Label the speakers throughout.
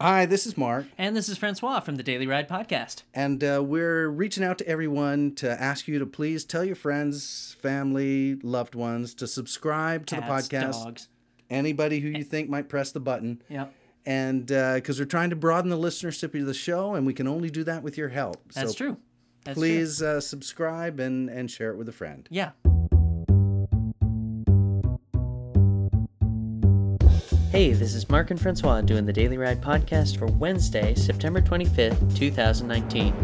Speaker 1: Hi, this is Mark,
Speaker 2: And this is Francois from the Daily Ride Podcast.
Speaker 1: and uh, we're reaching out to everyone to ask you to please tell your friends, family, loved ones to subscribe to
Speaker 2: Cats, Eh.
Speaker 1: the podcast.
Speaker 2: Dogs.
Speaker 1: Anybody who you think might press the button.
Speaker 2: Yep.
Speaker 1: And because we're trying to broaden the listenership of the show, and we can only do that with your help.
Speaker 2: That's
Speaker 1: so
Speaker 2: true. That's True.
Speaker 1: Please uh, subscribe and, and share it with a friend.
Speaker 2: Yeah.
Speaker 3: Hey, this is Mark and Francois doing the Daily Ride podcast for Wednesday, September 25th, 2019.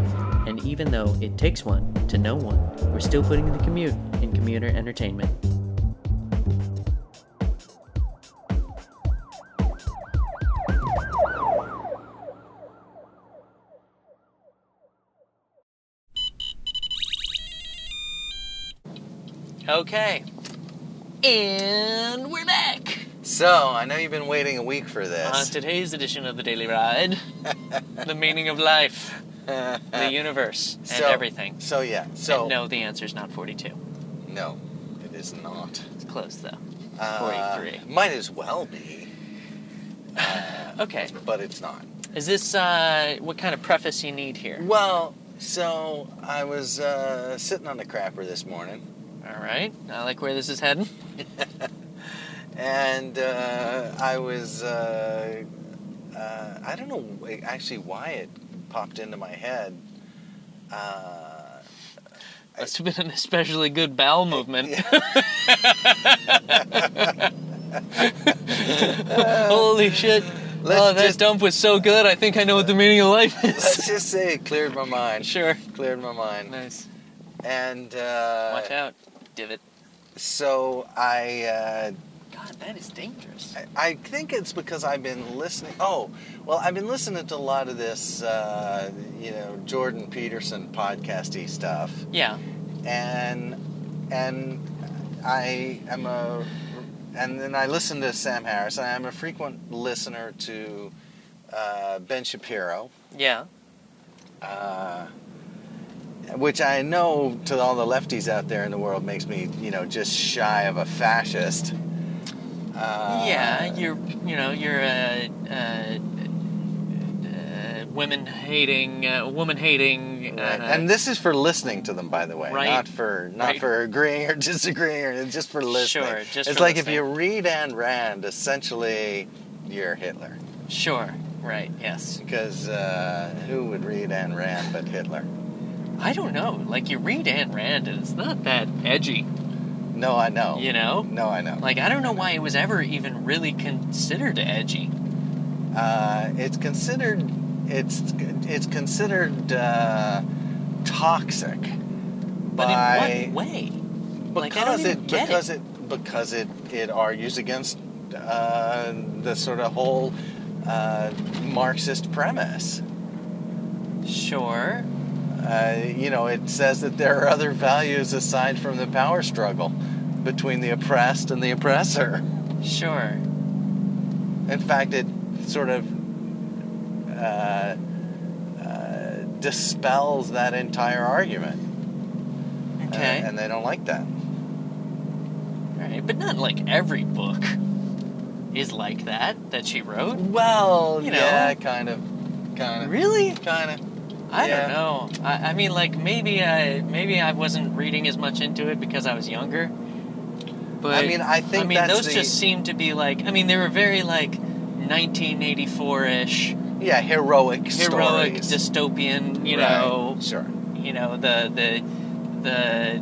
Speaker 3: And even though it takes one to know one, we're still putting the commute in commuter entertainment. Okay. And we're back.
Speaker 1: So I know you've been waiting a week for
Speaker 3: On today's edition of the Daily Ride, the meaning of life, the universe, and everything.
Speaker 1: Uh, So yeah.
Speaker 3: and no, the answer's not 42.
Speaker 1: no, it is not.
Speaker 3: It's close though.
Speaker 1: Uh,
Speaker 3: 43.
Speaker 1: might as well be,
Speaker 3: Okay.
Speaker 1: but it's not.
Speaker 3: Is this uh, what kind of preface you need here?
Speaker 1: Well, so I was uh, sitting on the crapper this morning,
Speaker 3: All right. I like where this is heading.
Speaker 1: and uh, I was, uh, uh, I don't know wh- actually why it popped into my head. Uh,
Speaker 3: Must have been an especially good bowel movement. Holy shit.
Speaker 1: Let's
Speaker 3: oh, that
Speaker 1: just-
Speaker 3: dump was so good. I think I know what the meaning of life
Speaker 1: let's
Speaker 3: is.
Speaker 1: just say it cleared my mind.
Speaker 3: sure.
Speaker 1: Cleared my mind.
Speaker 3: Nice.
Speaker 1: And uh,
Speaker 3: Watch out, divot.
Speaker 1: so I uh,
Speaker 3: God, that is dangerous.
Speaker 1: I- I think it's because I've been listening. Oh, well, I've been listening to a lot of this, uh, you know, Jordan Peterson podcasty stuff,
Speaker 3: Yeah.
Speaker 1: and and I am a, and then I listen to Sam Harris. and I am a frequent listener to uh, Ben Shapiro,
Speaker 3: Yeah.
Speaker 1: uh, which I know to all the lefties out there in the world makes me, you know, just shy of a fascist. Uh,
Speaker 3: yeah. You're, you know, you're a, uh uh women hating, uh, woman hating. Uh,
Speaker 1: Right. and this is for listening to them, by the way,
Speaker 3: Right.
Speaker 1: not for not
Speaker 3: Right.
Speaker 1: for agreeing or disagreeing, or it's just for listening.
Speaker 3: Sure, just
Speaker 1: it's
Speaker 3: for
Speaker 1: like
Speaker 3: listening.
Speaker 1: if you read Ayn Rand, essentially, you're Hitler.
Speaker 3: sure. Right. Yes.
Speaker 1: Because uh, who would read Ayn Rand but Hitler?
Speaker 3: I don't know. Like you read Anne Rand, and it's not that edgy.
Speaker 1: No, I know.
Speaker 3: You know.
Speaker 1: No, I know.
Speaker 3: Like I don't know why it was ever even really considered edgy.
Speaker 1: Uh, it's considered it's it's considered uh, toxic
Speaker 3: But
Speaker 1: by
Speaker 3: in what way? Like, I don't
Speaker 1: because
Speaker 3: even
Speaker 1: it
Speaker 3: get
Speaker 1: because it. because it it argues against uh, the sort of whole uh, Marxist premise.
Speaker 3: Sure.
Speaker 1: Uh, you know, it says that there are other values aside from the power struggle between the oppressed and the oppressor.
Speaker 3: Sure.
Speaker 1: In fact, it sort of uh, uh, dispels that entire argument, Uh,
Speaker 3: Okay.
Speaker 1: and they don't like that.
Speaker 3: All right, but not like every book is like that that she wrote.
Speaker 1: Well,
Speaker 3: You know.
Speaker 1: yeah, kind of, kind of,
Speaker 3: Really?
Speaker 1: kind of.
Speaker 3: I
Speaker 1: Yeah.
Speaker 3: don't know. I, I mean, like maybe I maybe I wasn't reading as much into it because I was younger. But
Speaker 1: I mean, I think
Speaker 3: I mean
Speaker 1: that's
Speaker 3: those
Speaker 1: the-
Speaker 3: just seem to be like. I mean, they were very like 1984-ish
Speaker 1: Yeah, heroic,
Speaker 3: heroic
Speaker 1: stories.
Speaker 3: dystopian. You
Speaker 1: Right,
Speaker 3: know,
Speaker 1: Sure.
Speaker 3: you know the the the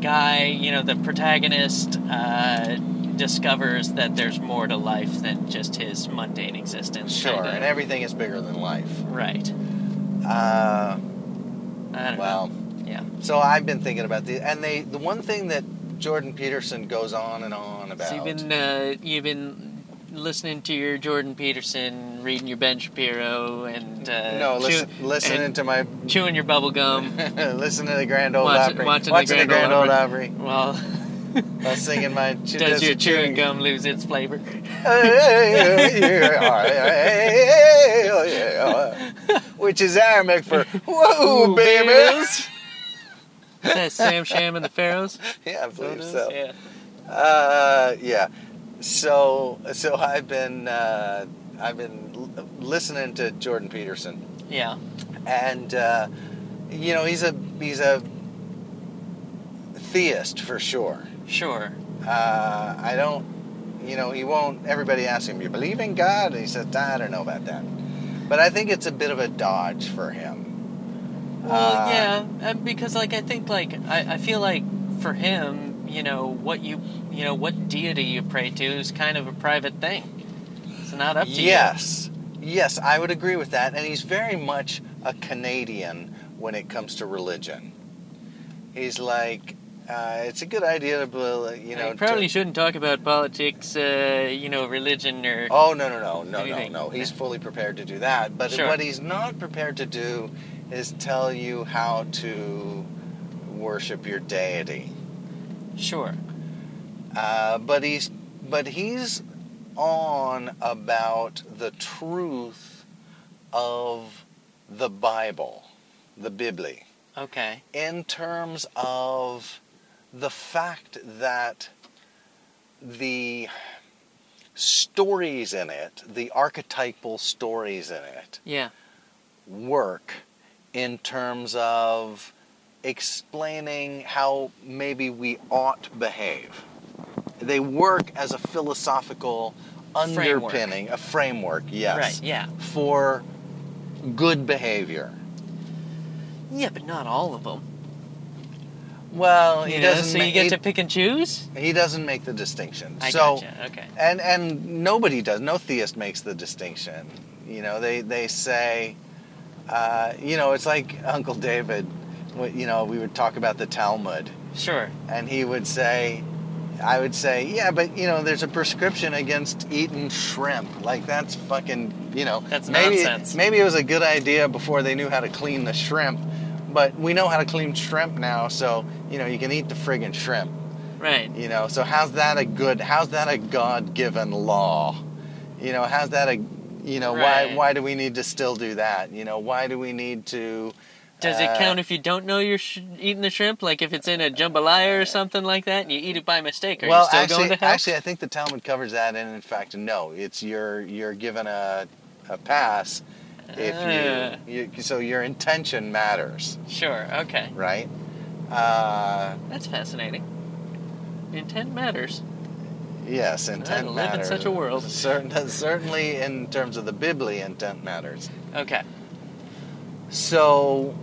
Speaker 3: guy you know the protagonist uh, discovers that there's more to life than just his mundane existence
Speaker 1: Sure.
Speaker 3: kinda.
Speaker 1: And everything is bigger than life.
Speaker 3: right
Speaker 1: Uh,
Speaker 3: I don't
Speaker 1: well,
Speaker 3: know. yeah
Speaker 1: so I've been thinking about the and they the one thing that Jordan Peterson goes on and on about.
Speaker 3: so you've been uh, you've been listening to your Jordan Peterson reading your Ben Shapiro and uh,
Speaker 1: no, listen,
Speaker 3: chew-
Speaker 1: listening
Speaker 3: and
Speaker 1: to my
Speaker 3: chewing your bubble gum
Speaker 1: listening to the Grand Ole
Speaker 3: Watch-
Speaker 1: Opry,
Speaker 3: watching the
Speaker 1: the
Speaker 3: Grand
Speaker 1: Grand
Speaker 3: Ole
Speaker 1: Ole Opry,
Speaker 3: well
Speaker 1: while singing my.
Speaker 3: does, your chewing gum lose its flavor
Speaker 1: Which is Arabic for "Whoa,
Speaker 3: Ooh,
Speaker 1: babies."
Speaker 3: is that Sam Sham and the Pharaohs
Speaker 1: Yeah, I believe so.
Speaker 3: yeah
Speaker 1: Uh, yeah. So so I've been uh, I've been l- listening to Jordan Peterson
Speaker 3: Yeah.
Speaker 1: and uh, you know he's a he's a theist for sure.
Speaker 3: Sure.
Speaker 1: Uh, I don't, you know, he won't. Everybody asks him, "You believe in God?" And he says, "I don't know about that," but I think it's a bit of a dodge for him.
Speaker 3: Well,
Speaker 1: Uh,
Speaker 3: yeah, uh, because like I think like I, I feel like for him, you know, what you you know what deity you pray to is kind of a private thing. It's not up to
Speaker 1: yes, yes, I would agree with that. And he's very much a Canadian when it comes to religion. He's like, uh, it's a good idea to, bel- you
Speaker 3: you.
Speaker 1: know,
Speaker 3: you probably
Speaker 1: to,
Speaker 3: shouldn't talk about politics, uh, you know, religion or
Speaker 1: Oh no no no no no
Speaker 3: Anything.
Speaker 1: no! He's fully prepared to do that. But
Speaker 3: Sure.
Speaker 1: what he's not prepared to do is tell you how to worship your deity.
Speaker 3: sure.
Speaker 1: Uh, but he's but he's on about the truth of the Bible, the Bibli,
Speaker 3: Okay.
Speaker 1: in terms of the fact that the stories in it, the archetypal stories in it,
Speaker 3: Yeah.
Speaker 1: work in terms of explaining how maybe we ought behave. They work as a philosophical
Speaker 3: Framework.
Speaker 1: underpinning, a framework, yes,
Speaker 3: Right. Yeah.
Speaker 1: for good behavior.
Speaker 3: Yeah, but not all of them.
Speaker 1: Well, he
Speaker 3: You know,
Speaker 1: doesn't.
Speaker 3: so
Speaker 1: ma-
Speaker 3: you get
Speaker 1: he,
Speaker 3: to pick and choose.
Speaker 1: he doesn't make the distinction.
Speaker 3: I
Speaker 1: so,
Speaker 3: gotcha. Okay.
Speaker 1: and and nobody does. No theist makes the distinction. You know, they they say, uh, you know, it's like Uncle David. wh- You know, we would talk about the Talmud,
Speaker 3: Sure.
Speaker 1: and he would say, I would say, yeah, but you know, there's a prescription against eating shrimp. Like that's fucking, you know,
Speaker 3: That's
Speaker 1: maybe,
Speaker 3: nonsense.
Speaker 1: Maybe it was a good idea before they knew how to clean the shrimp, but we know how to clean shrimp now, so you know, you can eat the friggin' shrimp.
Speaker 3: Right.
Speaker 1: You know, so how's that a good? How's that a God-given law? You know, how's that a? You know, why
Speaker 3: Right.
Speaker 1: why do we need to still do that? You know, why do we need to?
Speaker 3: Does it
Speaker 1: uh,
Speaker 3: count if you don't know you're sh- eating the shrimp? Like if it's in a jambalaya or something like that, and you eat it by mistake, are
Speaker 1: well,
Speaker 3: you still
Speaker 1: actually,
Speaker 3: going to hell?
Speaker 1: actually, I think the Talmud covers that, and in fact, no, it's you're you're given a a pass if
Speaker 3: Ah.
Speaker 1: you, you so your intention matters,
Speaker 3: sure. Okay,
Speaker 1: right? Uh,
Speaker 3: that's fascinating. Intent matters.
Speaker 1: yes, intent
Speaker 3: live in
Speaker 1: matters.
Speaker 3: such a world.
Speaker 1: Certain, certainly, in terms of the Bibli, intent matters.
Speaker 3: Okay.
Speaker 1: So,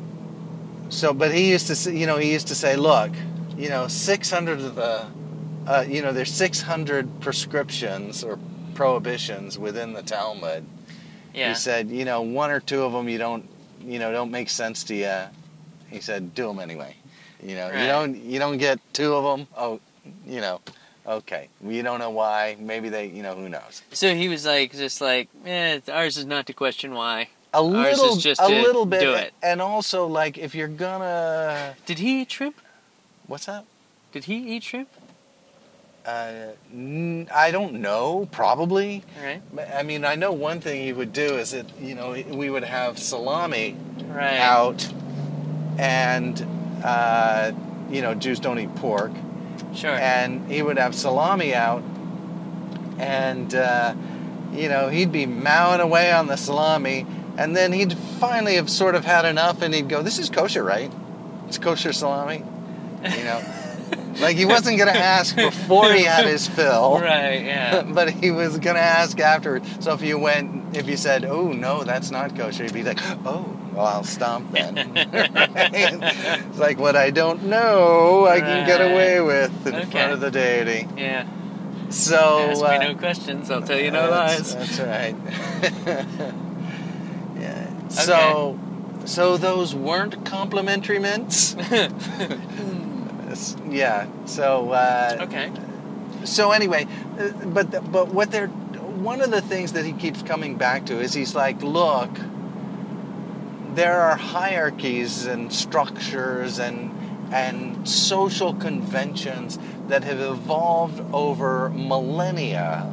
Speaker 1: so, but he used to, say, you know, he used to say, look, you know, 600 of the, uh, you know, there's 600 prescriptions or prohibitions within the Talmud.
Speaker 3: Yeah.
Speaker 1: He said, you know, one or two of them you don't, you know, don't make sense to you. He said, do them anyway. You know,
Speaker 3: Right.
Speaker 1: you don't, you don't get two of them. Oh, you know, okay. We don't know why. Maybe they, you know, who knows.
Speaker 3: so he was like, just like, eh, ours is not to question why.
Speaker 1: A
Speaker 3: Ours is
Speaker 1: little,
Speaker 3: just
Speaker 1: a
Speaker 3: to
Speaker 1: little bit,
Speaker 3: do it.
Speaker 1: and also like if you're gonna,
Speaker 3: Did he eat shrimp?
Speaker 1: what's that?
Speaker 3: Did he eat shrimp?
Speaker 1: Uh, n- I don't know. Probably.
Speaker 3: Right.
Speaker 1: I mean, I know one thing he would do is that you know we would have salami
Speaker 3: Right.
Speaker 1: out, and uh, you know Jews don't eat pork,
Speaker 3: Sure.
Speaker 1: and he would have salami out, and uh, you know he'd be mowing away on the salami, and then he'd finally have sort of had enough, and he'd go, "This is kosher, right? It's kosher salami," you know. Like he wasn't gonna ask before he had his fill,
Speaker 3: Right. Yeah.
Speaker 1: but he was gonna ask afterwards. So if you went, if you said, "Oh no, that's not kosher," he'd be like, "Oh, well, I'll stomp then." it's like what I don't know, I can get away with in
Speaker 3: Okay.
Speaker 1: front of the deity.
Speaker 3: yeah.
Speaker 1: So
Speaker 3: Ask
Speaker 1: uh,
Speaker 3: me no questions. I'll tell you no
Speaker 1: that's,
Speaker 3: lies.
Speaker 1: That's right. yeah. So, so those weren't complimentary mints. yeah. So. Uh,
Speaker 3: okay.
Speaker 1: so anyway, uh, but the, but what they're one of the things that he keeps coming back to is he's like, look, there are hierarchies and structures and and social conventions that have evolved over millennia.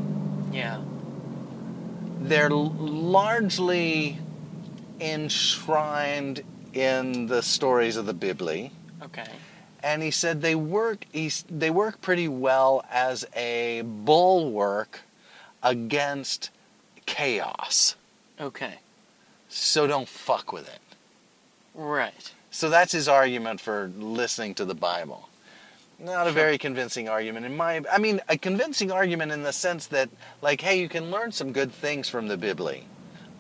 Speaker 3: Yeah.
Speaker 1: They're l- largely enshrined in the stories of the Bibli
Speaker 3: Okay.
Speaker 1: and he said they work he, s- they work pretty well as a bulwark against chaos.
Speaker 3: Okay.
Speaker 1: So don't fuck with it.
Speaker 3: Right.
Speaker 1: So that's his argument for listening to the Bible. Not a very convincing argument in my I mean a convincing argument in the sense that like hey you can learn some good things from the Bibli.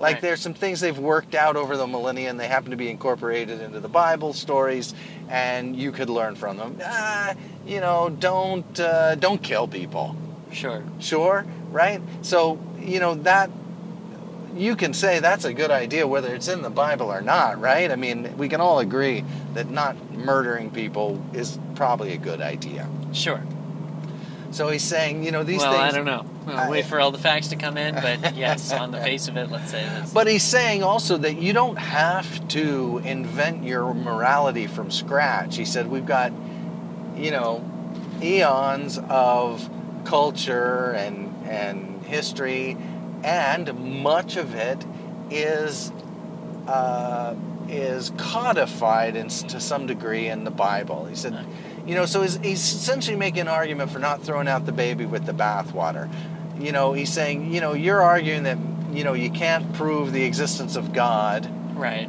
Speaker 1: Like
Speaker 3: Right.
Speaker 1: there's some things they've worked out over the millennia and they happen to be incorporated into the Bible stories and you could learn from them. Ah, you know, don't uh, don't kill people.
Speaker 3: Sure.
Speaker 1: Sure, right? So, you know, that you can say that's a good idea whether it's in the Bible or not, right? I mean, we can all agree that not murdering people is probably a good idea.
Speaker 3: Sure.
Speaker 1: So he's saying, you know, these
Speaker 3: well,
Speaker 1: things
Speaker 3: I don't know. We'll
Speaker 1: I-
Speaker 3: wait for all the facts to come in, but yes, on the face of it, let's say this.
Speaker 1: But he's saying also that you don't have to invent your morality from scratch. He said, We've got, you know, eons of culture and, and history, and much of it is, uh, is codified in, to some degree in the Bible. He said, You know, so he's, he's essentially making an argument for not throwing out the baby with the bathwater. You know, he's saying, you know, you're arguing that, you know, you can't prove the existence of God.
Speaker 3: right.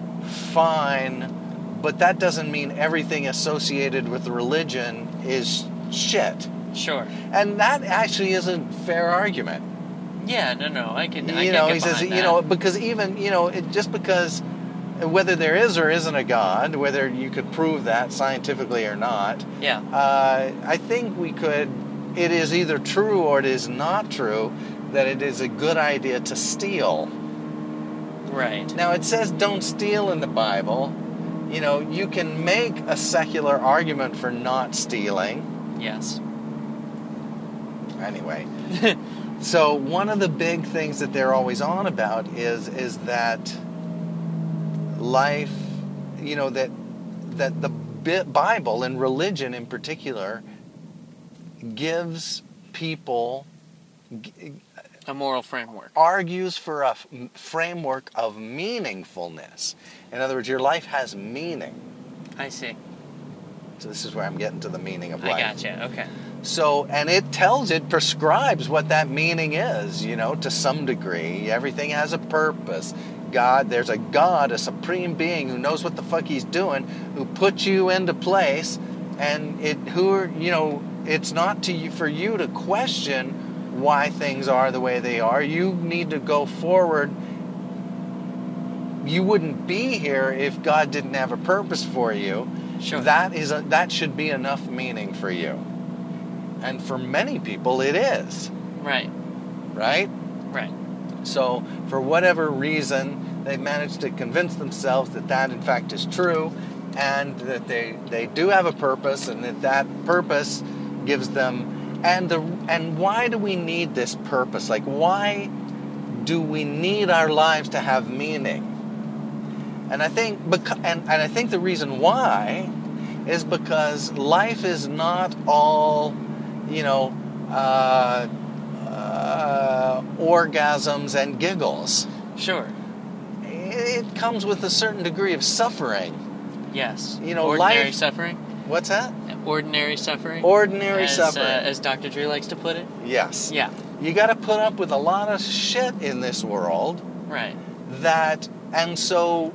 Speaker 1: Fine, but that doesn't mean everything associated with religion is shit.
Speaker 3: Sure.
Speaker 1: And that actually isn't a fair argument.
Speaker 3: Yeah. No. No. I can. I
Speaker 1: you
Speaker 3: can
Speaker 1: know,
Speaker 3: get
Speaker 1: he says,
Speaker 3: behind
Speaker 1: you
Speaker 3: that.
Speaker 1: know, because even, you know, it, just because whether there is or isn't a God, whether you could prove that scientifically or not,
Speaker 3: Yeah.
Speaker 1: uh, I think we could. It is either true or it is not true that it is a good idea to steal.
Speaker 3: Right.
Speaker 1: Now it says don't steal in the Bible. You know, you can make a secular argument for not stealing.
Speaker 3: Yes.
Speaker 1: Anyway, so one of the big things that they're always on about is is that life, you know, that that the Bi- Bible and religion in particular gives people g-
Speaker 3: A moral framework.
Speaker 1: argues for a f- framework of meaningfulness. In other words, your life has meaning.
Speaker 3: I see.
Speaker 1: So this is where I'm getting to the meaning of life.
Speaker 3: I gotcha. Okay.
Speaker 1: So, and it tells, it prescribes what that meaning is, you know, to some degree. Everything has a purpose. God, there's a God, a supreme being who knows what the fuck he's doing, who put you into place, and it, who are, you know, it's not to you, for you to question why things are the way they are. You need to go forward. You wouldn't be here if God didn't have a purpose for you.
Speaker 3: Sure.
Speaker 1: That is a, that should be enough meaning for you. And for many people it is,
Speaker 3: Right.
Speaker 1: right?
Speaker 3: Right.
Speaker 1: So for whatever reason, they managed to convince themselves that that in fact is true and that they they do have a purpose and that that purpose gives them and the and why do we need this purpose? Like why do we need our lives to have meaning? And I think becau- and, and I think the reason why is because life is not all, you know, uh, uh, orgasms and giggles.
Speaker 3: Sure.
Speaker 1: It it comes with a certain degree of suffering.
Speaker 3: Yes.
Speaker 1: You know,
Speaker 3: ordinary
Speaker 1: life-
Speaker 3: suffering.
Speaker 1: What's that?
Speaker 3: Ordinary suffering.
Speaker 1: Ordinary
Speaker 3: as,
Speaker 1: suffering.
Speaker 3: Uh, as Dr. Drew likes to put it.
Speaker 1: yes.
Speaker 3: Yeah.
Speaker 1: You got to put up with a lot of shit in this world.
Speaker 3: Right.
Speaker 1: that and so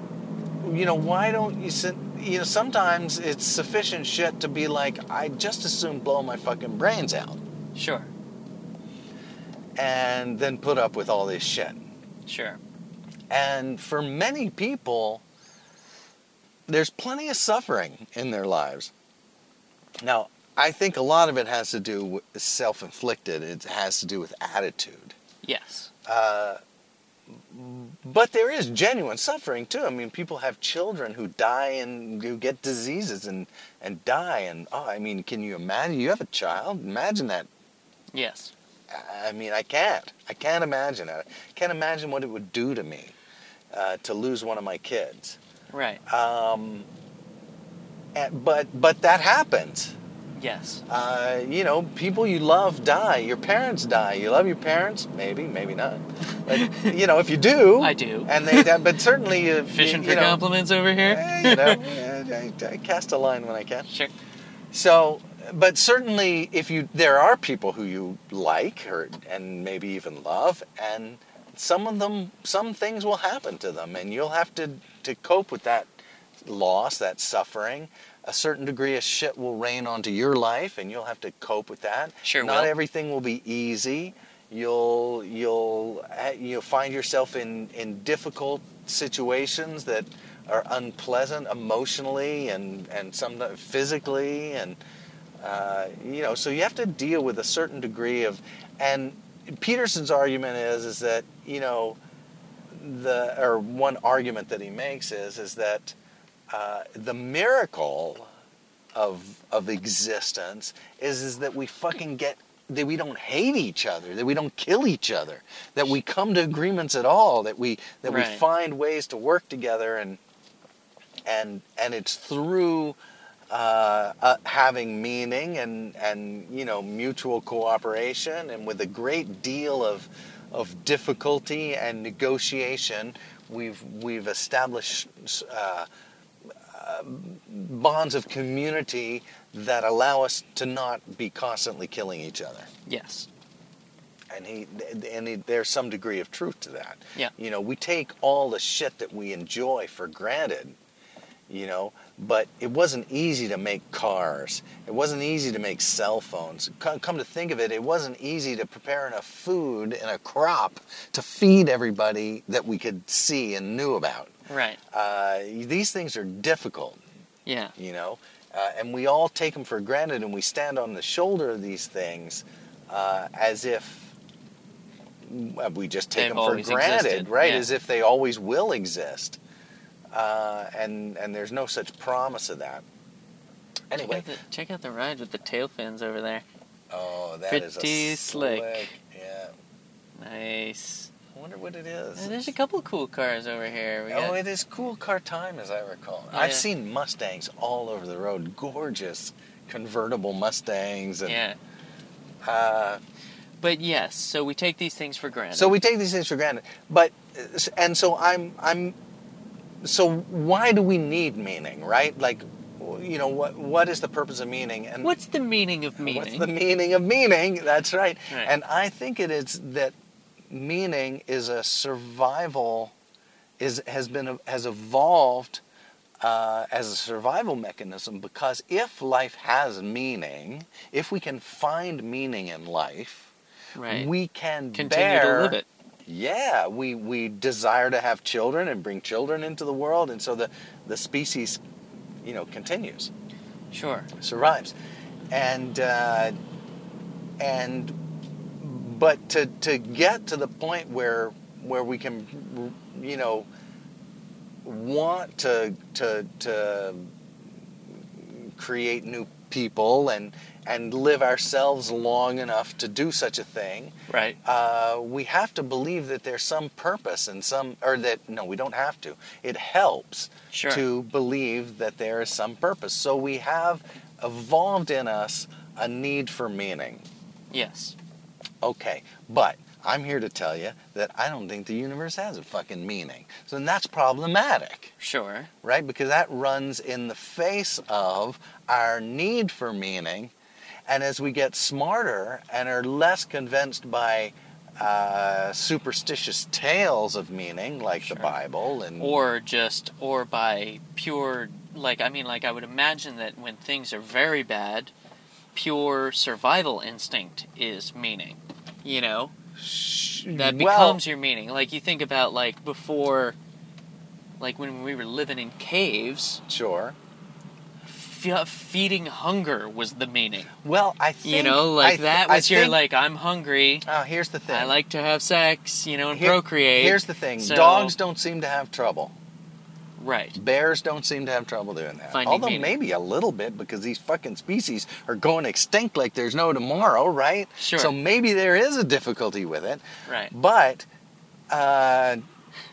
Speaker 1: you know why don't you sit you know sometimes it's sufficient shit to be like i just as soon blow my fucking brains out
Speaker 3: Sure.
Speaker 1: and then put up with all this shit
Speaker 3: Sure.
Speaker 1: and for many people there's plenty of suffering in their lives now i think a lot of it has to do with self-inflicted it has to do with attitude Uh,
Speaker 3: Yes.
Speaker 1: But there is genuine suffering too. I mean, people have children who die and who get diseases and and die and oh, I mean, can you imagine? You have a child. Imagine that.
Speaker 3: Yes.
Speaker 1: I mean, I can't. I can't imagine that. I can't imagine what it would do to me uh, to lose one of my kids.
Speaker 3: Right.
Speaker 1: Um, and, but but that happens.
Speaker 3: yes.
Speaker 1: Uh, you know, people you love die. Your parents die. You love your parents, maybe, maybe not. But you know, if you do,
Speaker 3: I do.
Speaker 1: And they, but certainly, if,
Speaker 3: Fishing
Speaker 1: you,
Speaker 3: for
Speaker 1: you know,
Speaker 3: compliments over here.
Speaker 1: eh, you know, eh, I, I cast a line when I can.
Speaker 3: Sure.
Speaker 1: So, but certainly, if you there are people who you like or and maybe even love, and some of them some things will happen to them and you'll have to to cope with that loss that suffering a certain degree of shit will rain onto your life and you'll have to cope with that
Speaker 3: Sure
Speaker 1: not
Speaker 3: will.
Speaker 1: everything will be easy you'll you'll eh, you'll find yourself in in difficult situations that are unpleasant emotionally and and some physically and uh, you know so you have to deal with a certain degree of and peterson's argument is is that you know the or one argument that he makes is is that uh, the miracle of of existence is is that we fucking get that we don't hate each other, that we don't kill each other, that we come to agreements at all, that we that we
Speaker 3: Right.
Speaker 1: find ways to work together and and and it's through uh, uh, having meaning and and you know mutual cooperation and with a great deal of of difficulty and negotiation, we've we've established uh, bonds of community that allow us to not be constantly killing each other.
Speaker 3: Yes.
Speaker 1: And he and he, there's some degree of truth to that.
Speaker 3: Yeah.
Speaker 1: You know, we take all the shit that we enjoy for granted. You know, but it wasn't easy to make cars. It wasn't easy to make cell phones. Co- Come to think of it, it wasn't easy to prepare enough food and a crop to feed everybody that we could see and knew about.
Speaker 3: Right.
Speaker 1: Uh, these things are difficult
Speaker 3: Yeah.
Speaker 1: you know uh, and we all take them for granted and we stand on the shoulder of these things uh, as if well, we just take
Speaker 3: They've
Speaker 1: them for
Speaker 3: always
Speaker 1: granted
Speaker 3: existed,
Speaker 1: right
Speaker 3: yeah.
Speaker 1: as if they always will exist uh, and and there's no such promise of that anyway
Speaker 3: Check out, the, check out the ride with the tail fins over there.
Speaker 1: oh that is
Speaker 3: Pretty
Speaker 1: a
Speaker 3: slick.
Speaker 1: yeah
Speaker 3: Nice.
Speaker 1: i wonder what it is
Speaker 3: Uh, There's a couple cool cars over here. We got,
Speaker 1: Oh, it is cool car time, as I recall.
Speaker 3: Oh,
Speaker 1: I've
Speaker 3: yeah.
Speaker 1: seen Mustangs all over the road, gorgeous convertible Mustangs, and
Speaker 3: yeah.
Speaker 1: uh,
Speaker 3: But yes, so we take these things for granted.
Speaker 1: So we take these things for granted. But uh, and so I'm I'm so why do we need meaning, right? Like you know what what is the purpose of meaning and
Speaker 3: What's the meaning of meaning?
Speaker 1: what's the meaning of meaning? That's right.
Speaker 3: Right.
Speaker 1: And I think it is that meaning is a survival is has been has evolved uh, as a survival mechanism because if life has meaning, if we can find meaning in life,
Speaker 3: right.
Speaker 1: we can
Speaker 3: continue
Speaker 1: bear
Speaker 3: to live it.
Speaker 1: yeah, we, we desire to have children and bring children into the world, and so the, the species, you know, continues,
Speaker 3: Sure.
Speaker 1: survives, and uh, and but to to get to the point where where we can, you know, want to to to create new people and and live ourselves long enough to do such a thing
Speaker 3: Right.
Speaker 1: uh, we have to believe that there's some purpose and some, or that, no, we don't have to. It helps
Speaker 3: Sure.
Speaker 1: to believe that there is some purpose. So we have evolved in us a need for meaning.
Speaker 3: Yes.
Speaker 1: Okay, but I'm here to tell you that I don't think the universe has a fucking meaning. So then that's problematic
Speaker 3: Sure.
Speaker 1: right? Because that runs in the face of our need for meaning. And as we get smarter and are less convinced by uh, superstitious tales of meaning, like
Speaker 3: Sure.
Speaker 1: the Bible, and
Speaker 3: Or just, or by pure, like, I mean, like, I would imagine that when things are very bad, pure survival instinct is meaning. You know? that
Speaker 1: Mm. well,
Speaker 3: becomes your meaning. Like you think about like before, like when we were living in caves,
Speaker 1: sure.
Speaker 3: fe- feeding hunger was the meaning.
Speaker 1: Well, I think
Speaker 3: you know,
Speaker 1: I
Speaker 3: like
Speaker 1: th-
Speaker 3: that
Speaker 1: I
Speaker 3: was your
Speaker 1: think-
Speaker 3: like I'm hungry.
Speaker 1: Oh, here's the thing.
Speaker 3: I like to have sex, you know, and
Speaker 1: Here-
Speaker 3: procreate.
Speaker 1: Here's the thing.
Speaker 3: So-
Speaker 1: Dogs don't seem to have trouble.
Speaker 3: right.
Speaker 1: Bears don't seem to have trouble doing that.
Speaker 3: Finding
Speaker 1: Although
Speaker 3: meaning.
Speaker 1: maybe a little bit because these fucking species are going extinct like there's no tomorrow, right?
Speaker 3: Sure.
Speaker 1: So maybe there is a difficulty with it.
Speaker 3: Right.
Speaker 1: But, uh,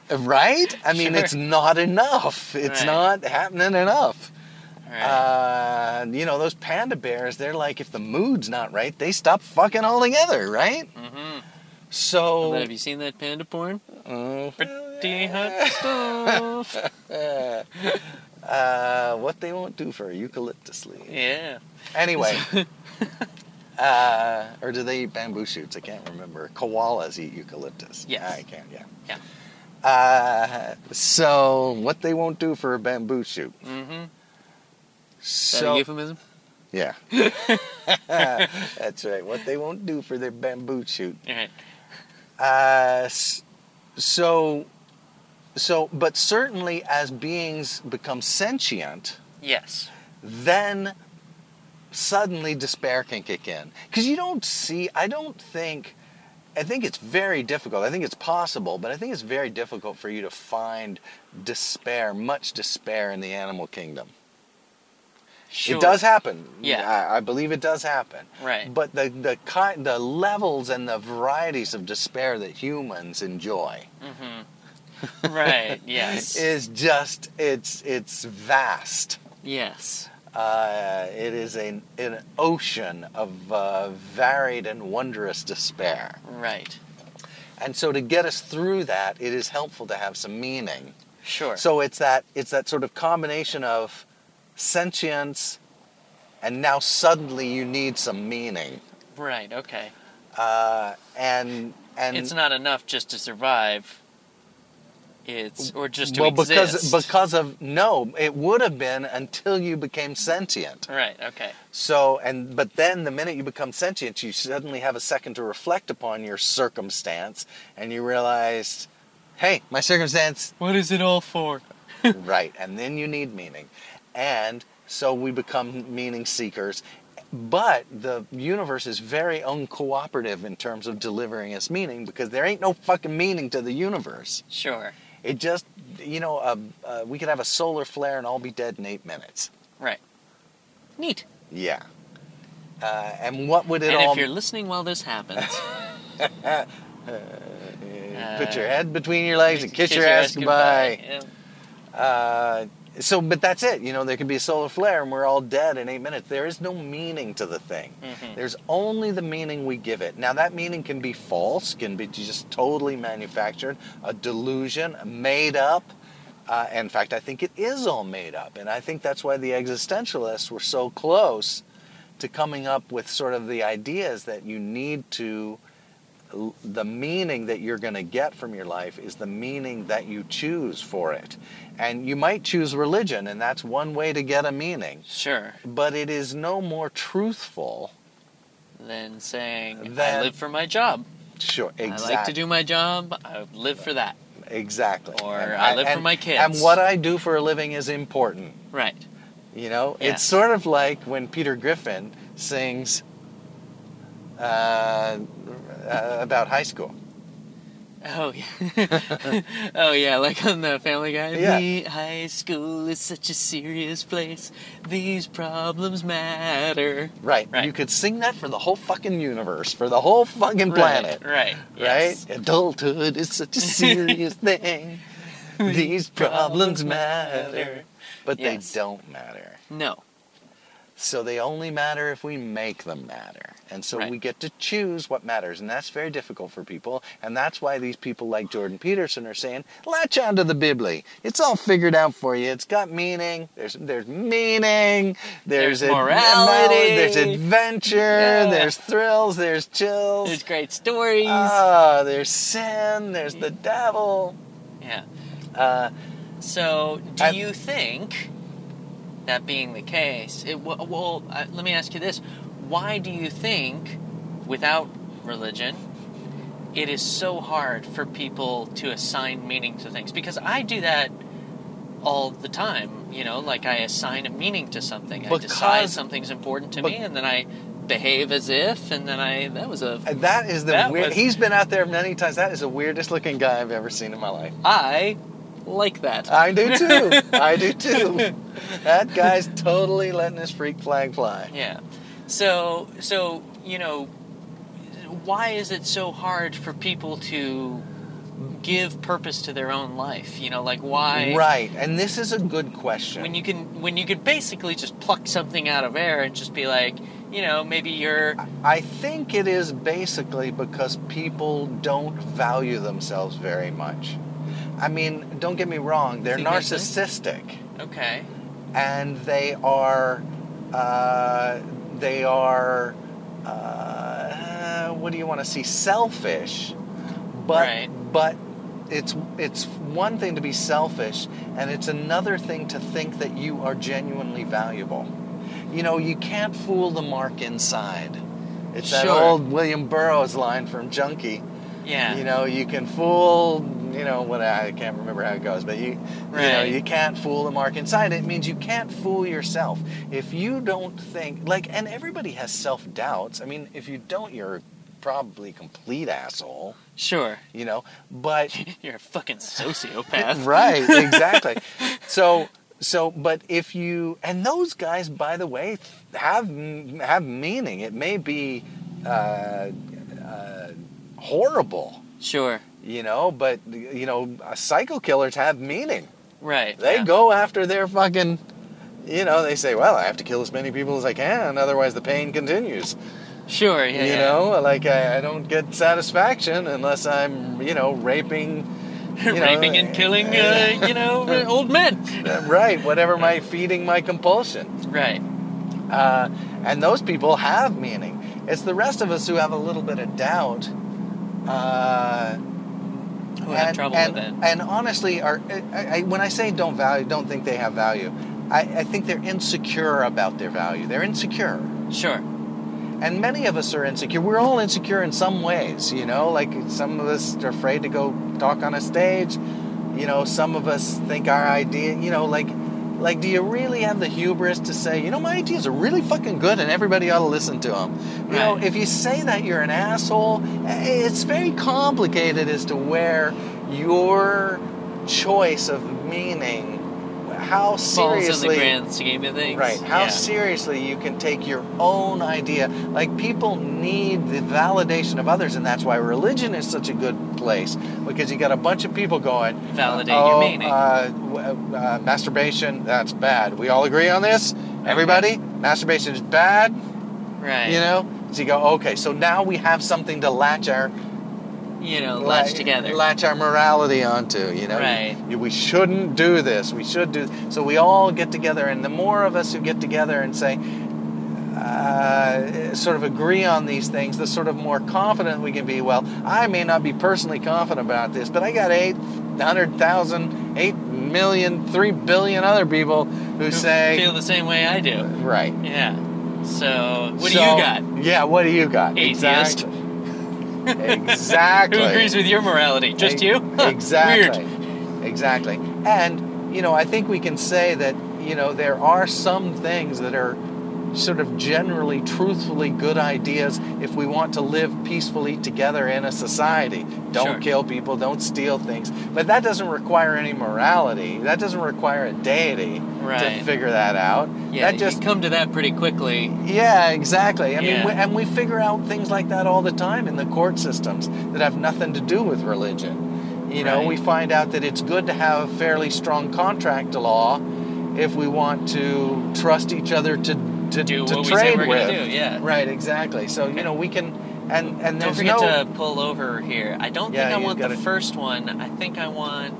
Speaker 1: right? I mean,
Speaker 3: Sure.
Speaker 1: it's not enough. It's
Speaker 3: Right.
Speaker 1: not happening enough.
Speaker 3: Right.
Speaker 1: Uh, you know, those panda bears, they're like, if the mood's not right, they stop fucking altogether, right?
Speaker 3: mm-hmm.
Speaker 1: So.
Speaker 3: have you seen that panda porn?
Speaker 1: Mm.
Speaker 3: Pretty hot stuff.
Speaker 1: uh, what they won't do for a eucalyptus leaf.
Speaker 3: yeah.
Speaker 1: Anyway, Uh, or do they eat bamboo shoots? I can't remember. Koalas eat eucalyptus.
Speaker 2: Yes.
Speaker 1: I can't, yeah.
Speaker 2: Yeah.
Speaker 1: Uh, so, what they won't do for a bamboo shoot.
Speaker 2: Mm-hmm.
Speaker 3: Is that a
Speaker 1: So,
Speaker 3: euphemism?
Speaker 1: yeah. That's right. What they won't do for their bamboo shoot.
Speaker 3: All right.
Speaker 1: Uh, s- so, so, but certainly as beings become sentient,
Speaker 3: Yes.
Speaker 1: then suddenly despair can kick in. Because you don't see, I don't think, I think it's very difficult. I think it's possible, but I think it's very difficult for you to find despair, much despair in the animal kingdom.
Speaker 3: Sure.
Speaker 1: It does happen.
Speaker 3: Yeah.
Speaker 1: I, I believe it does happen.
Speaker 3: Right.
Speaker 1: But the, the, kind, the levels and the varieties of despair that humans enjoy
Speaker 3: Mm-hmm. Right. Yes.
Speaker 1: is just, it's, it's vast.
Speaker 3: yes.
Speaker 1: Uh, it is an, an ocean of uh, varied and wondrous despair.
Speaker 3: Right.
Speaker 1: And so, to get us through that, it is helpful to have some meaning.
Speaker 3: Sure.
Speaker 1: So it's that it's that sort of combination of sentience, and now suddenly you need some meaning.
Speaker 3: right. Okay.
Speaker 1: Uh, and and
Speaker 3: it's not enough just to survive. It's or just to
Speaker 1: well,
Speaker 3: exist.
Speaker 1: because because of no, it would have been until you became sentient.
Speaker 3: right. Okay.
Speaker 1: So and but then the minute you become sentient, you suddenly have a second to reflect upon your circumstance, and you realize, hey, my circumstance,
Speaker 3: What is it all for?
Speaker 1: right? And then you need meaning, and so we become meaning seekers. But the universe is very uncooperative in terms of delivering us meaning because there ain't no fucking meaning to the universe.
Speaker 3: Sure.
Speaker 1: It just, you know, uh, uh, we could have a solar flare and all be dead in eight minutes.
Speaker 3: Right. Neat.
Speaker 1: Yeah. Uh, and what would it
Speaker 3: and
Speaker 1: all
Speaker 3: if you're listening while this happens,
Speaker 1: Put your head between your legs and Uh, kiss, your, ass goodbye.
Speaker 3: Yeah.
Speaker 1: Uh, so, but that's it. You know, there could be a solar flare and we're all dead in eight minutes. There is no meaning to the thing.
Speaker 3: Mhm.
Speaker 1: There's only the meaning we give it. Now, that meaning can be false, can be just totally manufactured, a delusion, made up. Uh, in fact, I think it is all made up. And I think that's why the existentialists were so close to coming up with sort of the ideas that you need to the meaning that you're going to get from your life is the meaning that you choose for it. And you might choose religion, and that's one way to get a meaning,
Speaker 3: Sure.
Speaker 1: but it is no more truthful.
Speaker 3: Then saying I
Speaker 1: Then-
Speaker 3: live for my job.
Speaker 1: Sure, exactly.
Speaker 3: I like to do my job. I live for that.
Speaker 1: exactly.
Speaker 3: Or I live for my kids.
Speaker 1: And what I do for a living is important.
Speaker 3: Right.
Speaker 1: You know,
Speaker 3: Yeah.
Speaker 1: it's sort of like when Peter Griffin sings uh, uh, about high school.
Speaker 3: Oh yeah. oh yeah, like on the Family Guy.
Speaker 1: Yeah.
Speaker 3: The high school is such a serious place. These problems matter.
Speaker 1: Right.
Speaker 3: Right.
Speaker 1: You could sing that for the whole fucking universe, for the whole fucking planet.
Speaker 3: Right. Right.
Speaker 1: right?
Speaker 3: yes.
Speaker 1: Adulthood is such a serious thing. These problems matter, but
Speaker 3: Yes.
Speaker 1: they don't matter.
Speaker 3: No.
Speaker 1: So they only matter if we make them matter. And so
Speaker 3: Right.
Speaker 1: we get to choose what matters, and that's very difficult for people. And that's why these people like Jordan Peterson are saying, "Latch onto the Bibli. It's all figured out for you. It's got meaning. There's there's meaning. There's,
Speaker 3: There's
Speaker 1: ad-
Speaker 3: morality.
Speaker 1: There's adventure.
Speaker 3: Yeah.
Speaker 1: There's thrills. There's chills.
Speaker 3: There's great stories.
Speaker 1: Ah, there's sin. There's the devil.
Speaker 3: yeah.
Speaker 1: Uh,
Speaker 3: So, do
Speaker 1: I-
Speaker 3: you think that being the case, it, well, well uh, let me ask you this: Why do you think, without religion, it is so hard for people to assign meaning to things? Because I do that all the time. You know, like I assign a meaning to something. I decide
Speaker 1: Because-
Speaker 3: something's important to
Speaker 1: but-
Speaker 3: me, and then I behave as if, and then I that was a
Speaker 1: and that is the
Speaker 3: That
Speaker 1: weird.
Speaker 3: was-
Speaker 1: He's been out there many times. That is the weirdest looking guy I've ever seen in my life.
Speaker 3: I like that.
Speaker 1: I do too. I do too. That guy's totally letting his freak flag fly.
Speaker 3: Yeah. So so you know, why is it so hard for people to give purpose to their own life? You know, like why
Speaker 1: Right, and this is a good question.
Speaker 3: when you can when you could basically just pluck something out of air and just be like, you know, maybe you're
Speaker 1: I think it is basically because people don't value themselves very much. I mean, don't get me wrong, they're
Speaker 3: Think that's it?
Speaker 1: narcissistic.
Speaker 3: okay.
Speaker 1: and they are uh, they are uh, what do you want to see? Selfish, but
Speaker 3: Right.
Speaker 1: but it's it's one thing to be selfish, and it's another thing to think that you are genuinely valuable. You know, you can't fool the mark inside. It's that
Speaker 3: Sure.
Speaker 1: old William Burroughs line from Junkie.
Speaker 3: Yeah.
Speaker 1: You know, you can fool, you know, what I can't remember how it goes, but you, you know,
Speaker 3: Right.
Speaker 1: you can't fool the mark inside. It means you can't fool yourself. If you don't think, like, and everybody has self doubts. I mean, if you don't, you're probably a complete asshole,
Speaker 3: Sure.
Speaker 1: you know, but
Speaker 3: You're a fucking sociopath.
Speaker 1: right, exactly. so, so, but if you, and those guys, by the way, have, have meaning. It may be, uh, uh, horrible
Speaker 3: Sure.
Speaker 1: you know but you know uh, psycho killers have meaning
Speaker 3: Right.
Speaker 1: they
Speaker 3: yeah.
Speaker 1: go after their fucking you know they say well i have to kill as many people as i can otherwise the pain continues
Speaker 3: Sure. Yeah.
Speaker 1: you
Speaker 3: yeah.
Speaker 1: know like I, I don't get satisfaction unless i'm you know raping you know,
Speaker 3: Raping and killing, uh, you know, old men.
Speaker 1: uh, right whatever my feeding my compulsion
Speaker 3: Right.
Speaker 1: uh, and those people have meaning it's the rest of us who have a little bit of doubt uh,
Speaker 3: Who have trouble
Speaker 1: and,
Speaker 3: with it.
Speaker 1: And honestly, are I, I, when I say don't value, don't think they have value. I, I think they're insecure about their value. They're insecure,
Speaker 3: Sure.
Speaker 1: and many of us are insecure. We're all insecure in some ways, you know. Like some of us are afraid to go talk on a stage. You know, some of us think our idea. You know, like. Like, do you really have the hubris to say, you know, my ideas are really fucking good and everybody ought to listen to them? You know,
Speaker 3: Right.
Speaker 1: if you say that, you're an asshole. It's very complicated as to where your choice of meaning, how
Speaker 3: Falls in the
Speaker 1: seriously,
Speaker 3: grand scheme of things.
Speaker 1: right? How
Speaker 3: yeah.
Speaker 1: seriously you can take your own idea. Like people need the validation of others, and that's why religion is such a good place because you got a bunch of people going,
Speaker 3: Validate
Speaker 1: oh,
Speaker 3: your meaning.
Speaker 1: Uh, w- uh, masturbation, that's bad. We all agree on this. Everybody, masturbation is bad.
Speaker 3: right.
Speaker 1: You know? So you go, okay, so now we have something to latch our
Speaker 3: You know, latch
Speaker 1: la-
Speaker 3: together.
Speaker 1: Latch our morality onto, you know.
Speaker 3: Right.
Speaker 1: You- we shouldn't do this. We should do so we all get together and the more of us who get together and say uh, sort of agree on these things, the sort of more confident we can be. Well, I may not be personally confident about this, but I got 800,000, 8 million, 3 billion other people who,
Speaker 3: Who
Speaker 1: say,
Speaker 3: feel the same way I do.
Speaker 1: right.
Speaker 3: Yeah. So what do
Speaker 1: So-
Speaker 3: you got?
Speaker 1: Yeah, what do you got?
Speaker 3: Atheist.
Speaker 1: Exactly. exactly.
Speaker 3: Who agrees with your morality? Just you?
Speaker 1: exactly.
Speaker 3: Weird.
Speaker 1: Exactly. And, you know, I think we can say that, you know, there are some things that are sort of generally truthfully good ideas if we want to live peacefully together in a society. Don't
Speaker 3: Sure.
Speaker 1: kill people, don't steal things. But that doesn't require any morality. That doesn't require a deity
Speaker 3: Right.
Speaker 1: to figure that out.
Speaker 3: Yeah,
Speaker 1: that just
Speaker 3: you come to that pretty quickly.
Speaker 1: yeah, exactly. I
Speaker 3: Yeah.
Speaker 1: mean, we, and we figure out things like that all the time in the court systems that have nothing to do with religion. You know,
Speaker 3: Right.
Speaker 1: we find out that it's good to have a fairly strong contract law if we want to trust each other to to
Speaker 3: Do
Speaker 1: to
Speaker 3: what we say
Speaker 1: trade
Speaker 3: we're
Speaker 1: with.
Speaker 3: gonna do, yeah.
Speaker 1: Right. Exactly. So you know, we can and and
Speaker 3: Don't
Speaker 1: there's
Speaker 3: forget
Speaker 1: no
Speaker 3: to pull over here. I don't
Speaker 1: Yeah,
Speaker 3: think I
Speaker 1: you
Speaker 3: want the
Speaker 1: gotta-
Speaker 3: first one. I think I want,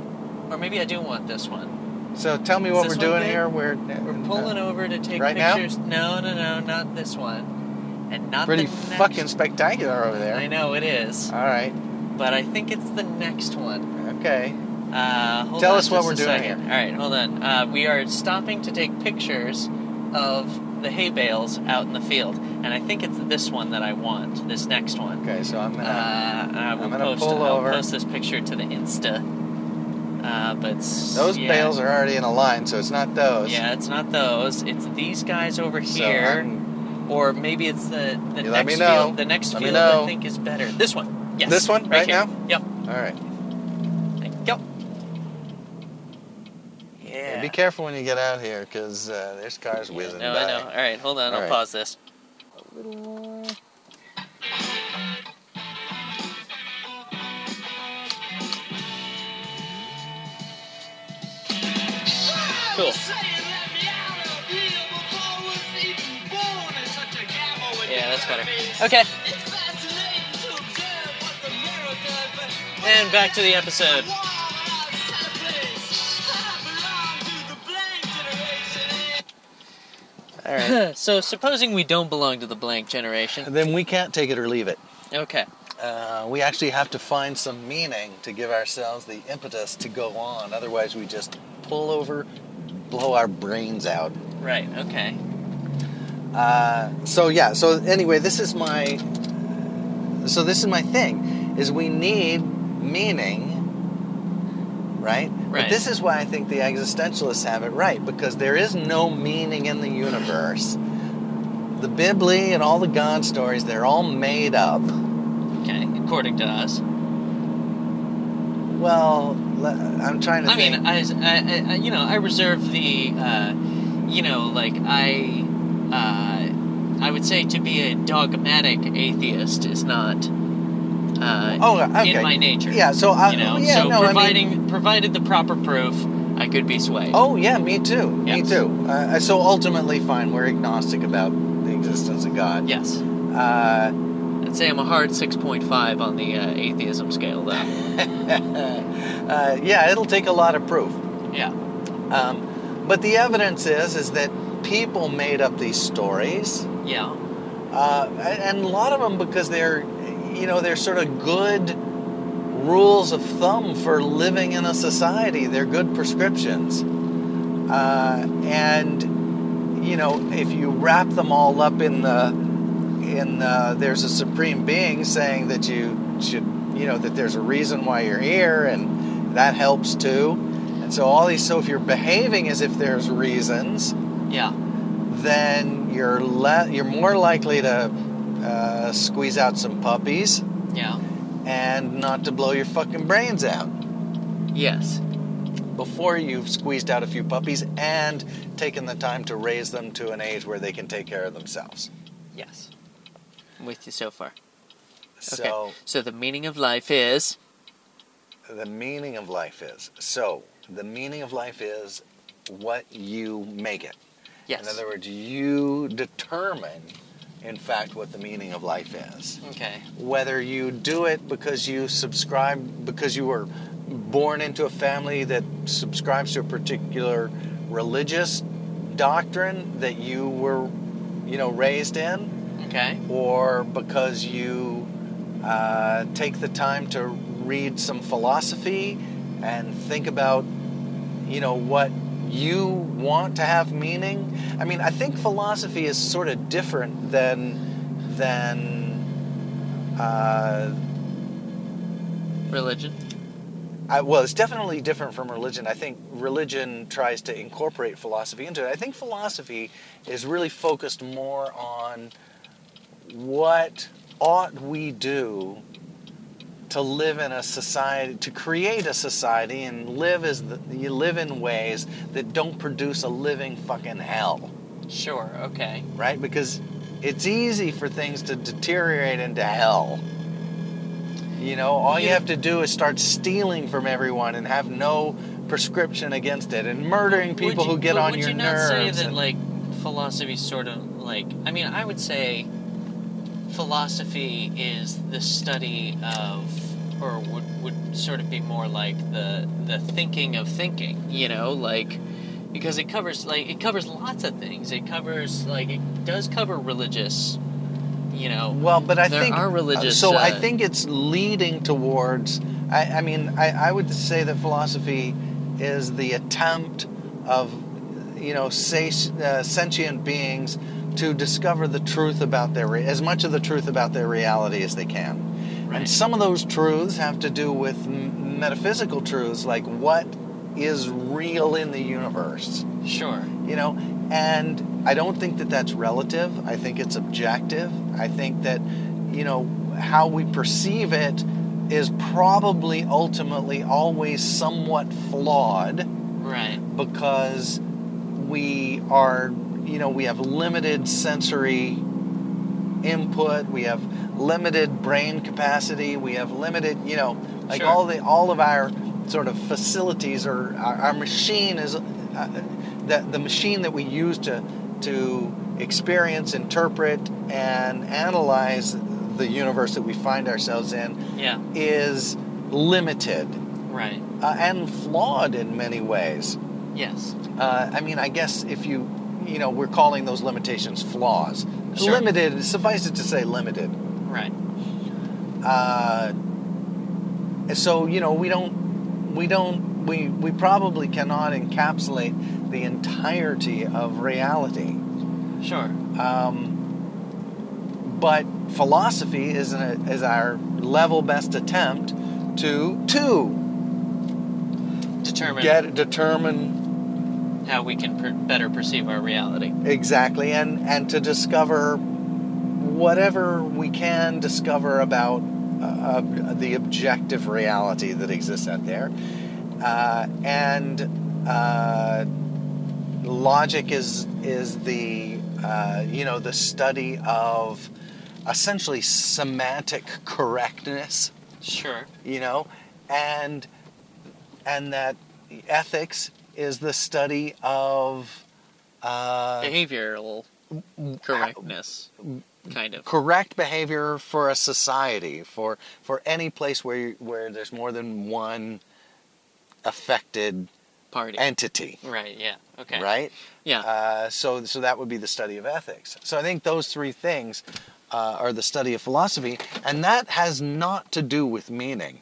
Speaker 3: or maybe I do want this one.
Speaker 1: so tell me
Speaker 3: Is
Speaker 1: what
Speaker 3: this
Speaker 1: we're
Speaker 3: one
Speaker 1: doing
Speaker 3: big?
Speaker 1: here. We're
Speaker 3: We're pulling over to take
Speaker 1: uh, Right now?
Speaker 3: pictures. No, no, no, not this one, and not
Speaker 1: pretty
Speaker 3: the next.
Speaker 1: fucking spectacular over there.
Speaker 3: I know it is,
Speaker 1: All right.
Speaker 3: but I think it's the next one.
Speaker 1: Okay.
Speaker 3: Uh, hold
Speaker 1: Tell
Speaker 3: on
Speaker 1: us what
Speaker 3: just
Speaker 1: we're
Speaker 3: a
Speaker 1: doing
Speaker 3: second. All right, hold on. Uh, we are stopping to take pictures of the hay bales out in the field, and I think it's this one that I want. This next one.
Speaker 1: Okay. So I'm
Speaker 3: Uh,
Speaker 1: gonna.
Speaker 3: I will
Speaker 1: I'm gonna
Speaker 3: post,
Speaker 1: pull
Speaker 3: I'll
Speaker 1: over.
Speaker 3: post this picture to the Insta. Uh, but s-
Speaker 1: those
Speaker 3: yeah,
Speaker 1: bales are already in a line, so it's not those.
Speaker 3: Yeah, it's not those. It's these guys over
Speaker 1: So
Speaker 3: here,
Speaker 1: I'm-
Speaker 3: or maybe it's the the
Speaker 1: You
Speaker 3: next
Speaker 1: let me know.
Speaker 3: field. The next
Speaker 1: Let me
Speaker 3: field
Speaker 1: know.
Speaker 3: I think is better. This one. Yes.
Speaker 1: This one, right
Speaker 3: here.
Speaker 1: now?
Speaker 3: Yep.
Speaker 1: All right.
Speaker 3: Thank you.
Speaker 1: Yeah,
Speaker 3: Yeah.
Speaker 1: be careful when you get out here, because uh, there's cars
Speaker 3: Yeah,
Speaker 1: whizzing
Speaker 3: no,
Speaker 1: by.
Speaker 3: I know. All right, hold on.
Speaker 1: All
Speaker 3: I'll
Speaker 1: right.
Speaker 3: pause this. Cool. Yeah, that's better. Okay, and back to the episode.
Speaker 1: I All right.
Speaker 3: so supposing we don't belong to the blank generation.
Speaker 1: then we can't take it or leave it.
Speaker 3: Okay.
Speaker 1: Uh, we actually have to find some meaning to give ourselves the impetus to go on. Otherwise, we just pull over, blow our brains out.
Speaker 3: Right. Okay.
Speaker 1: Uh, so yeah. So anyway, this is my. So this is my thing: is we need meaning, right?
Speaker 3: Right.
Speaker 1: But this is why I think the existentialists have it right because there is no meaning in the universe. The Bibli and all the God stories—they're all made up.
Speaker 3: Okay. According to us.
Speaker 1: Well, le- I'm trying to.
Speaker 3: I
Speaker 1: think.
Speaker 3: mean, I, I, I- you know, I reserve the, uh, you know, like I, uh, I would say to be a dogmatic atheist is not. Uh,
Speaker 1: Oh, okay.
Speaker 3: In my nature.
Speaker 1: Yeah, so I,
Speaker 3: you know,
Speaker 1: yeah,
Speaker 3: so
Speaker 1: no, I mean,
Speaker 3: providing provided the proper proof, I could be swayed.
Speaker 1: oh yeah, me too, me
Speaker 3: Yes.
Speaker 1: too. Uh, so ultimately, fine, we're agnostic about the existence of God.
Speaker 3: Yes.
Speaker 1: Uh,
Speaker 3: I'd say I'm a hard 6.5 on the uh, atheism scale, though.
Speaker 1: uh, yeah, it'll take a lot of proof,
Speaker 3: yeah.
Speaker 1: um, but the evidence is is that people made up these stories,
Speaker 3: Yeah.
Speaker 1: uh, and a lot of them because they're, you know, they're sort of good rules of thumb for living in a society. They're good prescriptions. Uh, and you know, if you wrap them all up in the in the, there's a supreme being saying that you should, you know, that there's a reason why you're here, and that helps too. And so all these, so if you're behaving as if there's reasons,
Speaker 3: Yeah.
Speaker 1: then you're le- you're more likely to uh, squeeze out some puppies
Speaker 3: Yeah.
Speaker 1: and not to blow your fucking brains out
Speaker 3: Yes.
Speaker 1: before you've squeezed out a few puppies and taken the time to raise them to an age where they can take care of themselves.
Speaker 3: Yes. I'm with you so far.
Speaker 1: So
Speaker 3: So the meaning of life is
Speaker 1: the meaning of life is so the meaning of life is what you make it.
Speaker 3: yes.
Speaker 1: In other words, you determine in fact what the meaning of life is.
Speaker 3: okay.
Speaker 1: whether you do it because you subscribe because you were born into a family that subscribes to a particular religious doctrine that you were you know raised in
Speaker 3: Okay.
Speaker 1: or because you uh, take the time to read some philosophy and think about you know what you want to have meaning i mean i think philosophy is sort of different than than uh,
Speaker 3: Religion.
Speaker 1: I, well, it's definitely different from religion. I think religion tries to incorporate philosophy into it. I think philosophy is really focused more on what ought we do to live in a society, to create a society, and live as the, you live in ways that don't produce a living fucking hell,
Speaker 3: Sure. Okay.
Speaker 1: right? Because it's easy for things to deteriorate into hell. You know, all you
Speaker 3: Yeah.
Speaker 1: have to do is start stealing from everyone and have no prescription against it and murdering people
Speaker 3: Would you-
Speaker 1: who get
Speaker 3: but
Speaker 1: on
Speaker 3: would
Speaker 1: your
Speaker 3: you not
Speaker 1: nerves.
Speaker 3: say that
Speaker 1: and-
Speaker 3: like philosophy sort of like I mean I would say philosophy is the study of or would would sort of be more like the the thinking of thinking you know like because it covers like it covers lots of things it covers like it does cover religious you know
Speaker 1: well, but I
Speaker 3: there
Speaker 1: think
Speaker 3: are religious,
Speaker 1: So I
Speaker 3: uh,
Speaker 1: think it's leading towards. I, I mean, I, I would say that philosophy is the attempt of, you know, sas- uh, sentient beings to discover the truth about their re- as much of the truth about their reality as they can. And some of those truths have to do with m- metaphysical truths, like what is real in the universe,
Speaker 3: sure
Speaker 1: you know? And I don't think that that's relative. I think it's objective. I think that, you know, how we perceive it is probably ultimately always somewhat flawed
Speaker 3: right
Speaker 1: because we are, you know, we have limited sensory input, we have limited brain capacity, we have limited, you know, like
Speaker 3: Sure.
Speaker 1: all the all of our sort of facilities or our, our machine is uh, that the machine that we use to to experience, interpret, and analyze the universe that we find ourselves in
Speaker 3: yeah
Speaker 1: is limited
Speaker 3: right
Speaker 1: uh, and flawed in many ways.
Speaker 3: yes
Speaker 1: Uh, I mean, I guess if you you know, we're calling those limitations flaws.
Speaker 3: Sure.
Speaker 1: Limited, suffice it to say, limited.
Speaker 3: Right.
Speaker 1: Uh, so you know, we don't, we don't, we we probably cannot encapsulate the entirety of reality.
Speaker 3: Sure.
Speaker 1: Um, but philosophy is, a, is our level best attempt to to
Speaker 3: Determine
Speaker 1: get determine
Speaker 3: how we can per- better perceive our reality.
Speaker 1: exactly and and to discover whatever we can discover about uh, uh, the objective reality that exists out there uh, and uh, logic is is the uh, you know the study of essentially semantic correctness
Speaker 3: Sure.
Speaker 1: you know and and that ethics is the study of uh,
Speaker 3: Behavioral correctness, kind of.
Speaker 1: correct behavior for a society for for any place where you, where there's more than one affected
Speaker 3: Party.
Speaker 1: entity
Speaker 3: right. Yeah. Okay.
Speaker 1: right
Speaker 3: Yeah.
Speaker 1: uh, so so that would be the study of ethics so i think those three things uh, are the study of philosophy and that has not to do with meaning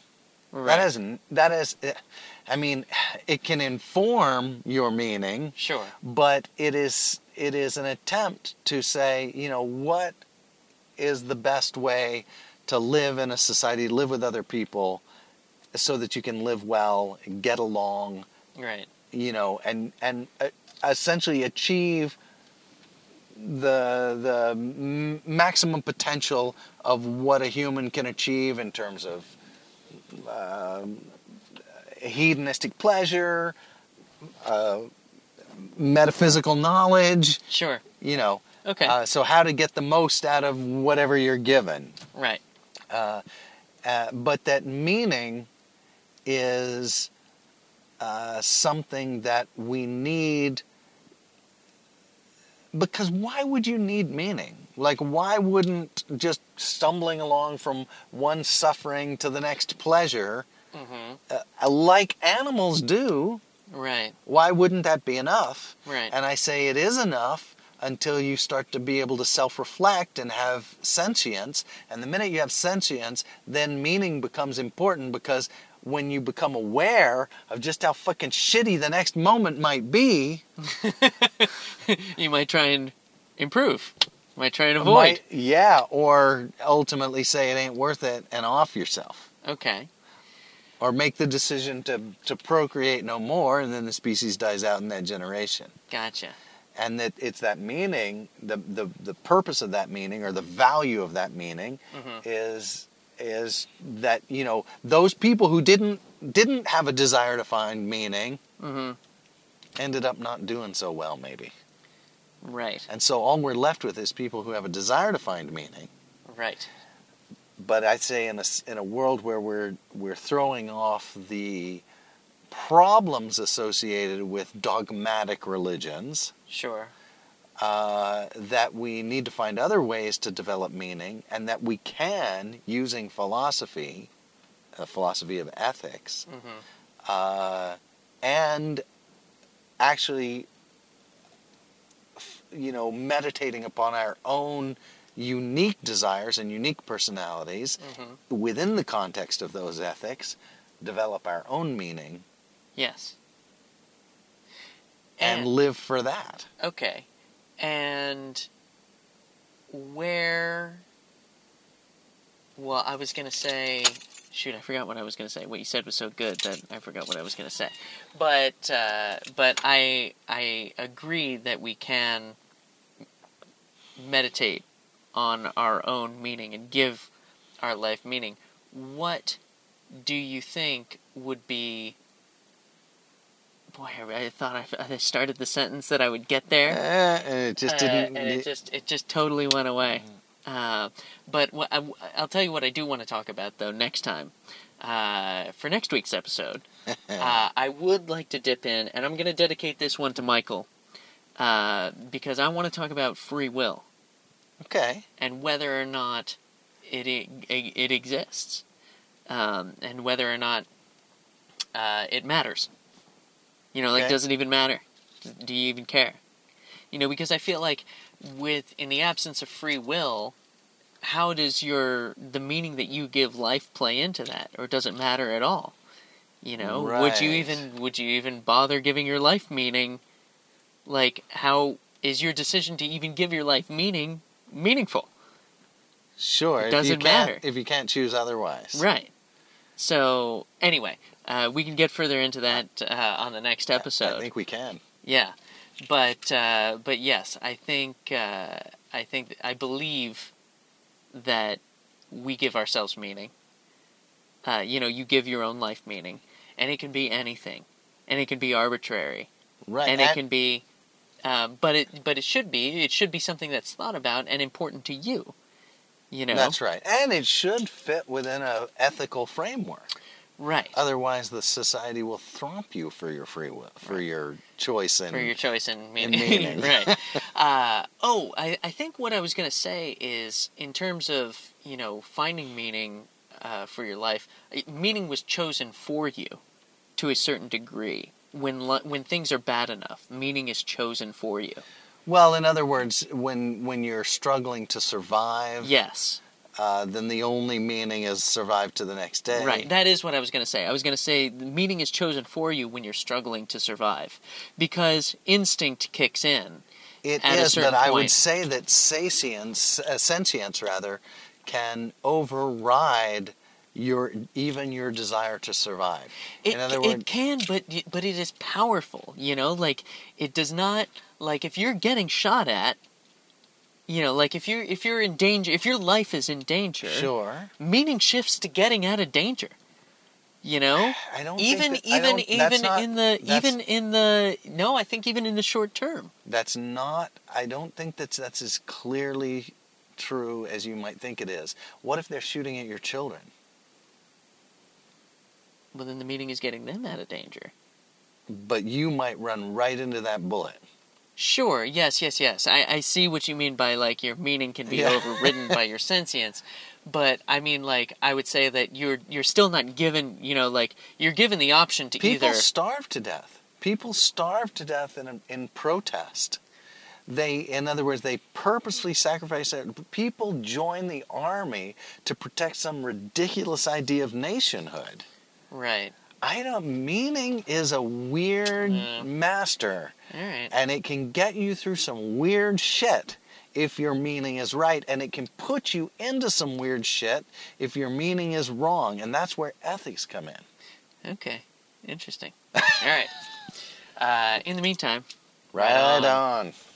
Speaker 3: right.
Speaker 1: That is that is I mean it can inform your meaning
Speaker 3: sure.
Speaker 1: but it is it is an attempt to say, you know, what is the best way to live in a society, live with other people so that you can live well, get along,
Speaker 3: Right.
Speaker 1: you know, and and uh, essentially achieve the the m- maximum potential of what a human can achieve in terms of um, hedonistic pleasure, uh, metaphysical knowledge,
Speaker 3: Sure.
Speaker 1: you know.
Speaker 3: Okay.
Speaker 1: Uh, so how to get the most out of whatever you're given
Speaker 3: right.
Speaker 1: uh, but that meaning is uh, something that we need because why would you need meaning like why wouldn't just stumbling along from one suffering to the next pleasure
Speaker 3: Mm-hmm.
Speaker 1: uh, like animals do
Speaker 3: Right.
Speaker 1: why wouldn't that be enough
Speaker 3: Right.
Speaker 1: and i say it is enough until you start to be able to self-reflect and have sentience and the minute you have sentience then meaning becomes important because when you become aware of just how fucking shitty the next moment might be
Speaker 3: you might try and improve. Might try and avoid.
Speaker 1: might- yeah or ultimately say it ain't worth it and off yourself
Speaker 3: Okay.
Speaker 1: or make the decision to, to procreate no more and then the species dies out in that generation
Speaker 3: Gotcha.
Speaker 1: and that it's that meaning the, the the purpose of that meaning or the value of that meaning
Speaker 3: Mm-hmm,
Speaker 1: is is that you know those people who didn't didn't have a desire to find meaning
Speaker 3: Mm-hmm.
Speaker 1: ended up not doing so well maybe
Speaker 3: Right.
Speaker 1: and so all we're left with is people who have a desire to find meaning
Speaker 3: Right.
Speaker 1: but i'd say in a s- in a world where we're we're throwing off the problems associated with dogmatic religions
Speaker 3: Sure.
Speaker 1: uh, that we need to find other ways to develop meaning and that we can using philosophy, a philosophy of ethics,
Speaker 3: Mm-hmm.
Speaker 1: uh, and actually, f- you know, meditating upon our own unique desires and unique personalities
Speaker 3: Mm-hmm.
Speaker 1: within the context of those ethics, develop our own meaning
Speaker 3: Yes. Eh.
Speaker 1: and live for that.
Speaker 3: Okay. And where. Well, I was going to say. Shoot, I forgot what I was going to say. What you said was so good that I forgot what I was going to say. But uh, but I I agree that we can meditate on our own meaning and give our life meaning. What do you think would be? Boy, I, I thought I, I started the sentence that I would get there.
Speaker 1: Eh, and it just
Speaker 3: Uh,
Speaker 1: didn't. Mm-hmm.
Speaker 3: and it just it just totally went away. Uh, but what I, will tell you what I do want to talk about though next time uh, for next week's episode.
Speaker 1: eh,
Speaker 3: uh, I would like to dip in, and I'm going to dedicate this one to Michael uh, because I want to talk about free will
Speaker 1: okay.
Speaker 3: and whether or not it it, it exists, um, and whether or not uh, it matters. You know, like
Speaker 1: Okay.
Speaker 3: does it even matter? Do you even care? You know, because I feel like with in the absence of free will, how does your the meaning that you give life play into that or does it matter at all? You know, would you
Speaker 1: Right.
Speaker 3: even would you even bother giving your life meaning? Like how is your decision to even give your life meaning meaningful?
Speaker 1: Sure.
Speaker 3: It
Speaker 1: if you
Speaker 3: doesn't
Speaker 1: can't-
Speaker 3: matter.
Speaker 1: if you can't choose otherwise.
Speaker 3: Right. So anyway, uh, we can get further into that uh, on the next episode.
Speaker 1: I think we can.
Speaker 3: Yeah, but uh, but yes, I think uh, I think I believe that we give ourselves meaning. Uh, you know, you give your own life meaning, and it can be anything, and it can be arbitrary,
Speaker 1: Right.
Speaker 3: and it can be, um, but it but it should be it should be something that's thought about and important to you. You know,
Speaker 1: That's right. And it should fit within a ethical framework.
Speaker 3: right
Speaker 1: Otherwise, the society will thwomp you for your free will, for your choice and
Speaker 3: for your choice in
Speaker 1: in
Speaker 3: meaning,
Speaker 1: meaning.
Speaker 3: right? Uh, oh, I, I think what I was gonna say is in terms of you know finding meaning uh, for your life, it- meaning was chosen for you to a certain degree. When li- when things are bad enough, meaning is chosen for you.
Speaker 1: Well, in other words, when when you're struggling to survive,
Speaker 3: Yes,
Speaker 1: uh, then the only meaning is survive to the next day.
Speaker 3: right. That is what I was gonna say. I was gonna say the meaning is chosen for you when you're struggling to survive, because instinct kicks in.
Speaker 1: It
Speaker 3: At a
Speaker 1: is,
Speaker 3: certain
Speaker 1: but I would
Speaker 3: point.
Speaker 1: say that satience, uh, sentience rather, can override your even your desire to survive.
Speaker 3: It,
Speaker 1: in other
Speaker 3: it
Speaker 1: words,
Speaker 3: can, but y- but it is powerful. You know, like it does not like if you're getting shot at. You know, like if you're if you're in danger, if your life is in danger,
Speaker 1: sure.
Speaker 3: meaning shifts to getting out of danger. You know,
Speaker 1: I don't think
Speaker 3: even
Speaker 1: that- I
Speaker 3: even
Speaker 1: don't- that's
Speaker 3: even
Speaker 1: not-
Speaker 3: in the
Speaker 1: that's-
Speaker 3: even in the no, I think even in the short term.
Speaker 1: That's not. I don't think that's that's as clearly true as you might think it is. What if they're shooting at your children?
Speaker 3: Well, then the meaning is getting them out of danger.
Speaker 1: But you might run right into that bullet.
Speaker 3: Sure. Yes. Yes. Yes. I, I see what you mean by like your meaning can be
Speaker 1: Yeah.
Speaker 3: overridden by your sentience, but I mean like I would say that you're you're still not given you know like you're given the option to
Speaker 1: People
Speaker 3: either
Speaker 1: starve to death. People starve to death in in protest. They, in other words, they purposely sacrifice their people. Join the army to protect some ridiculous idea of nationhood.
Speaker 3: right.
Speaker 1: I don't. Meaning is a weird
Speaker 3: Yeah.
Speaker 1: master,
Speaker 3: All right.
Speaker 1: and it can get you through some weird shit if your meaning is right, and it can put you into some weird shit if your meaning is wrong, and that's where ethics come in.
Speaker 3: Okay. Interesting. All right. Uh, in the meantime,
Speaker 1: Right,
Speaker 3: Right on.
Speaker 1: on.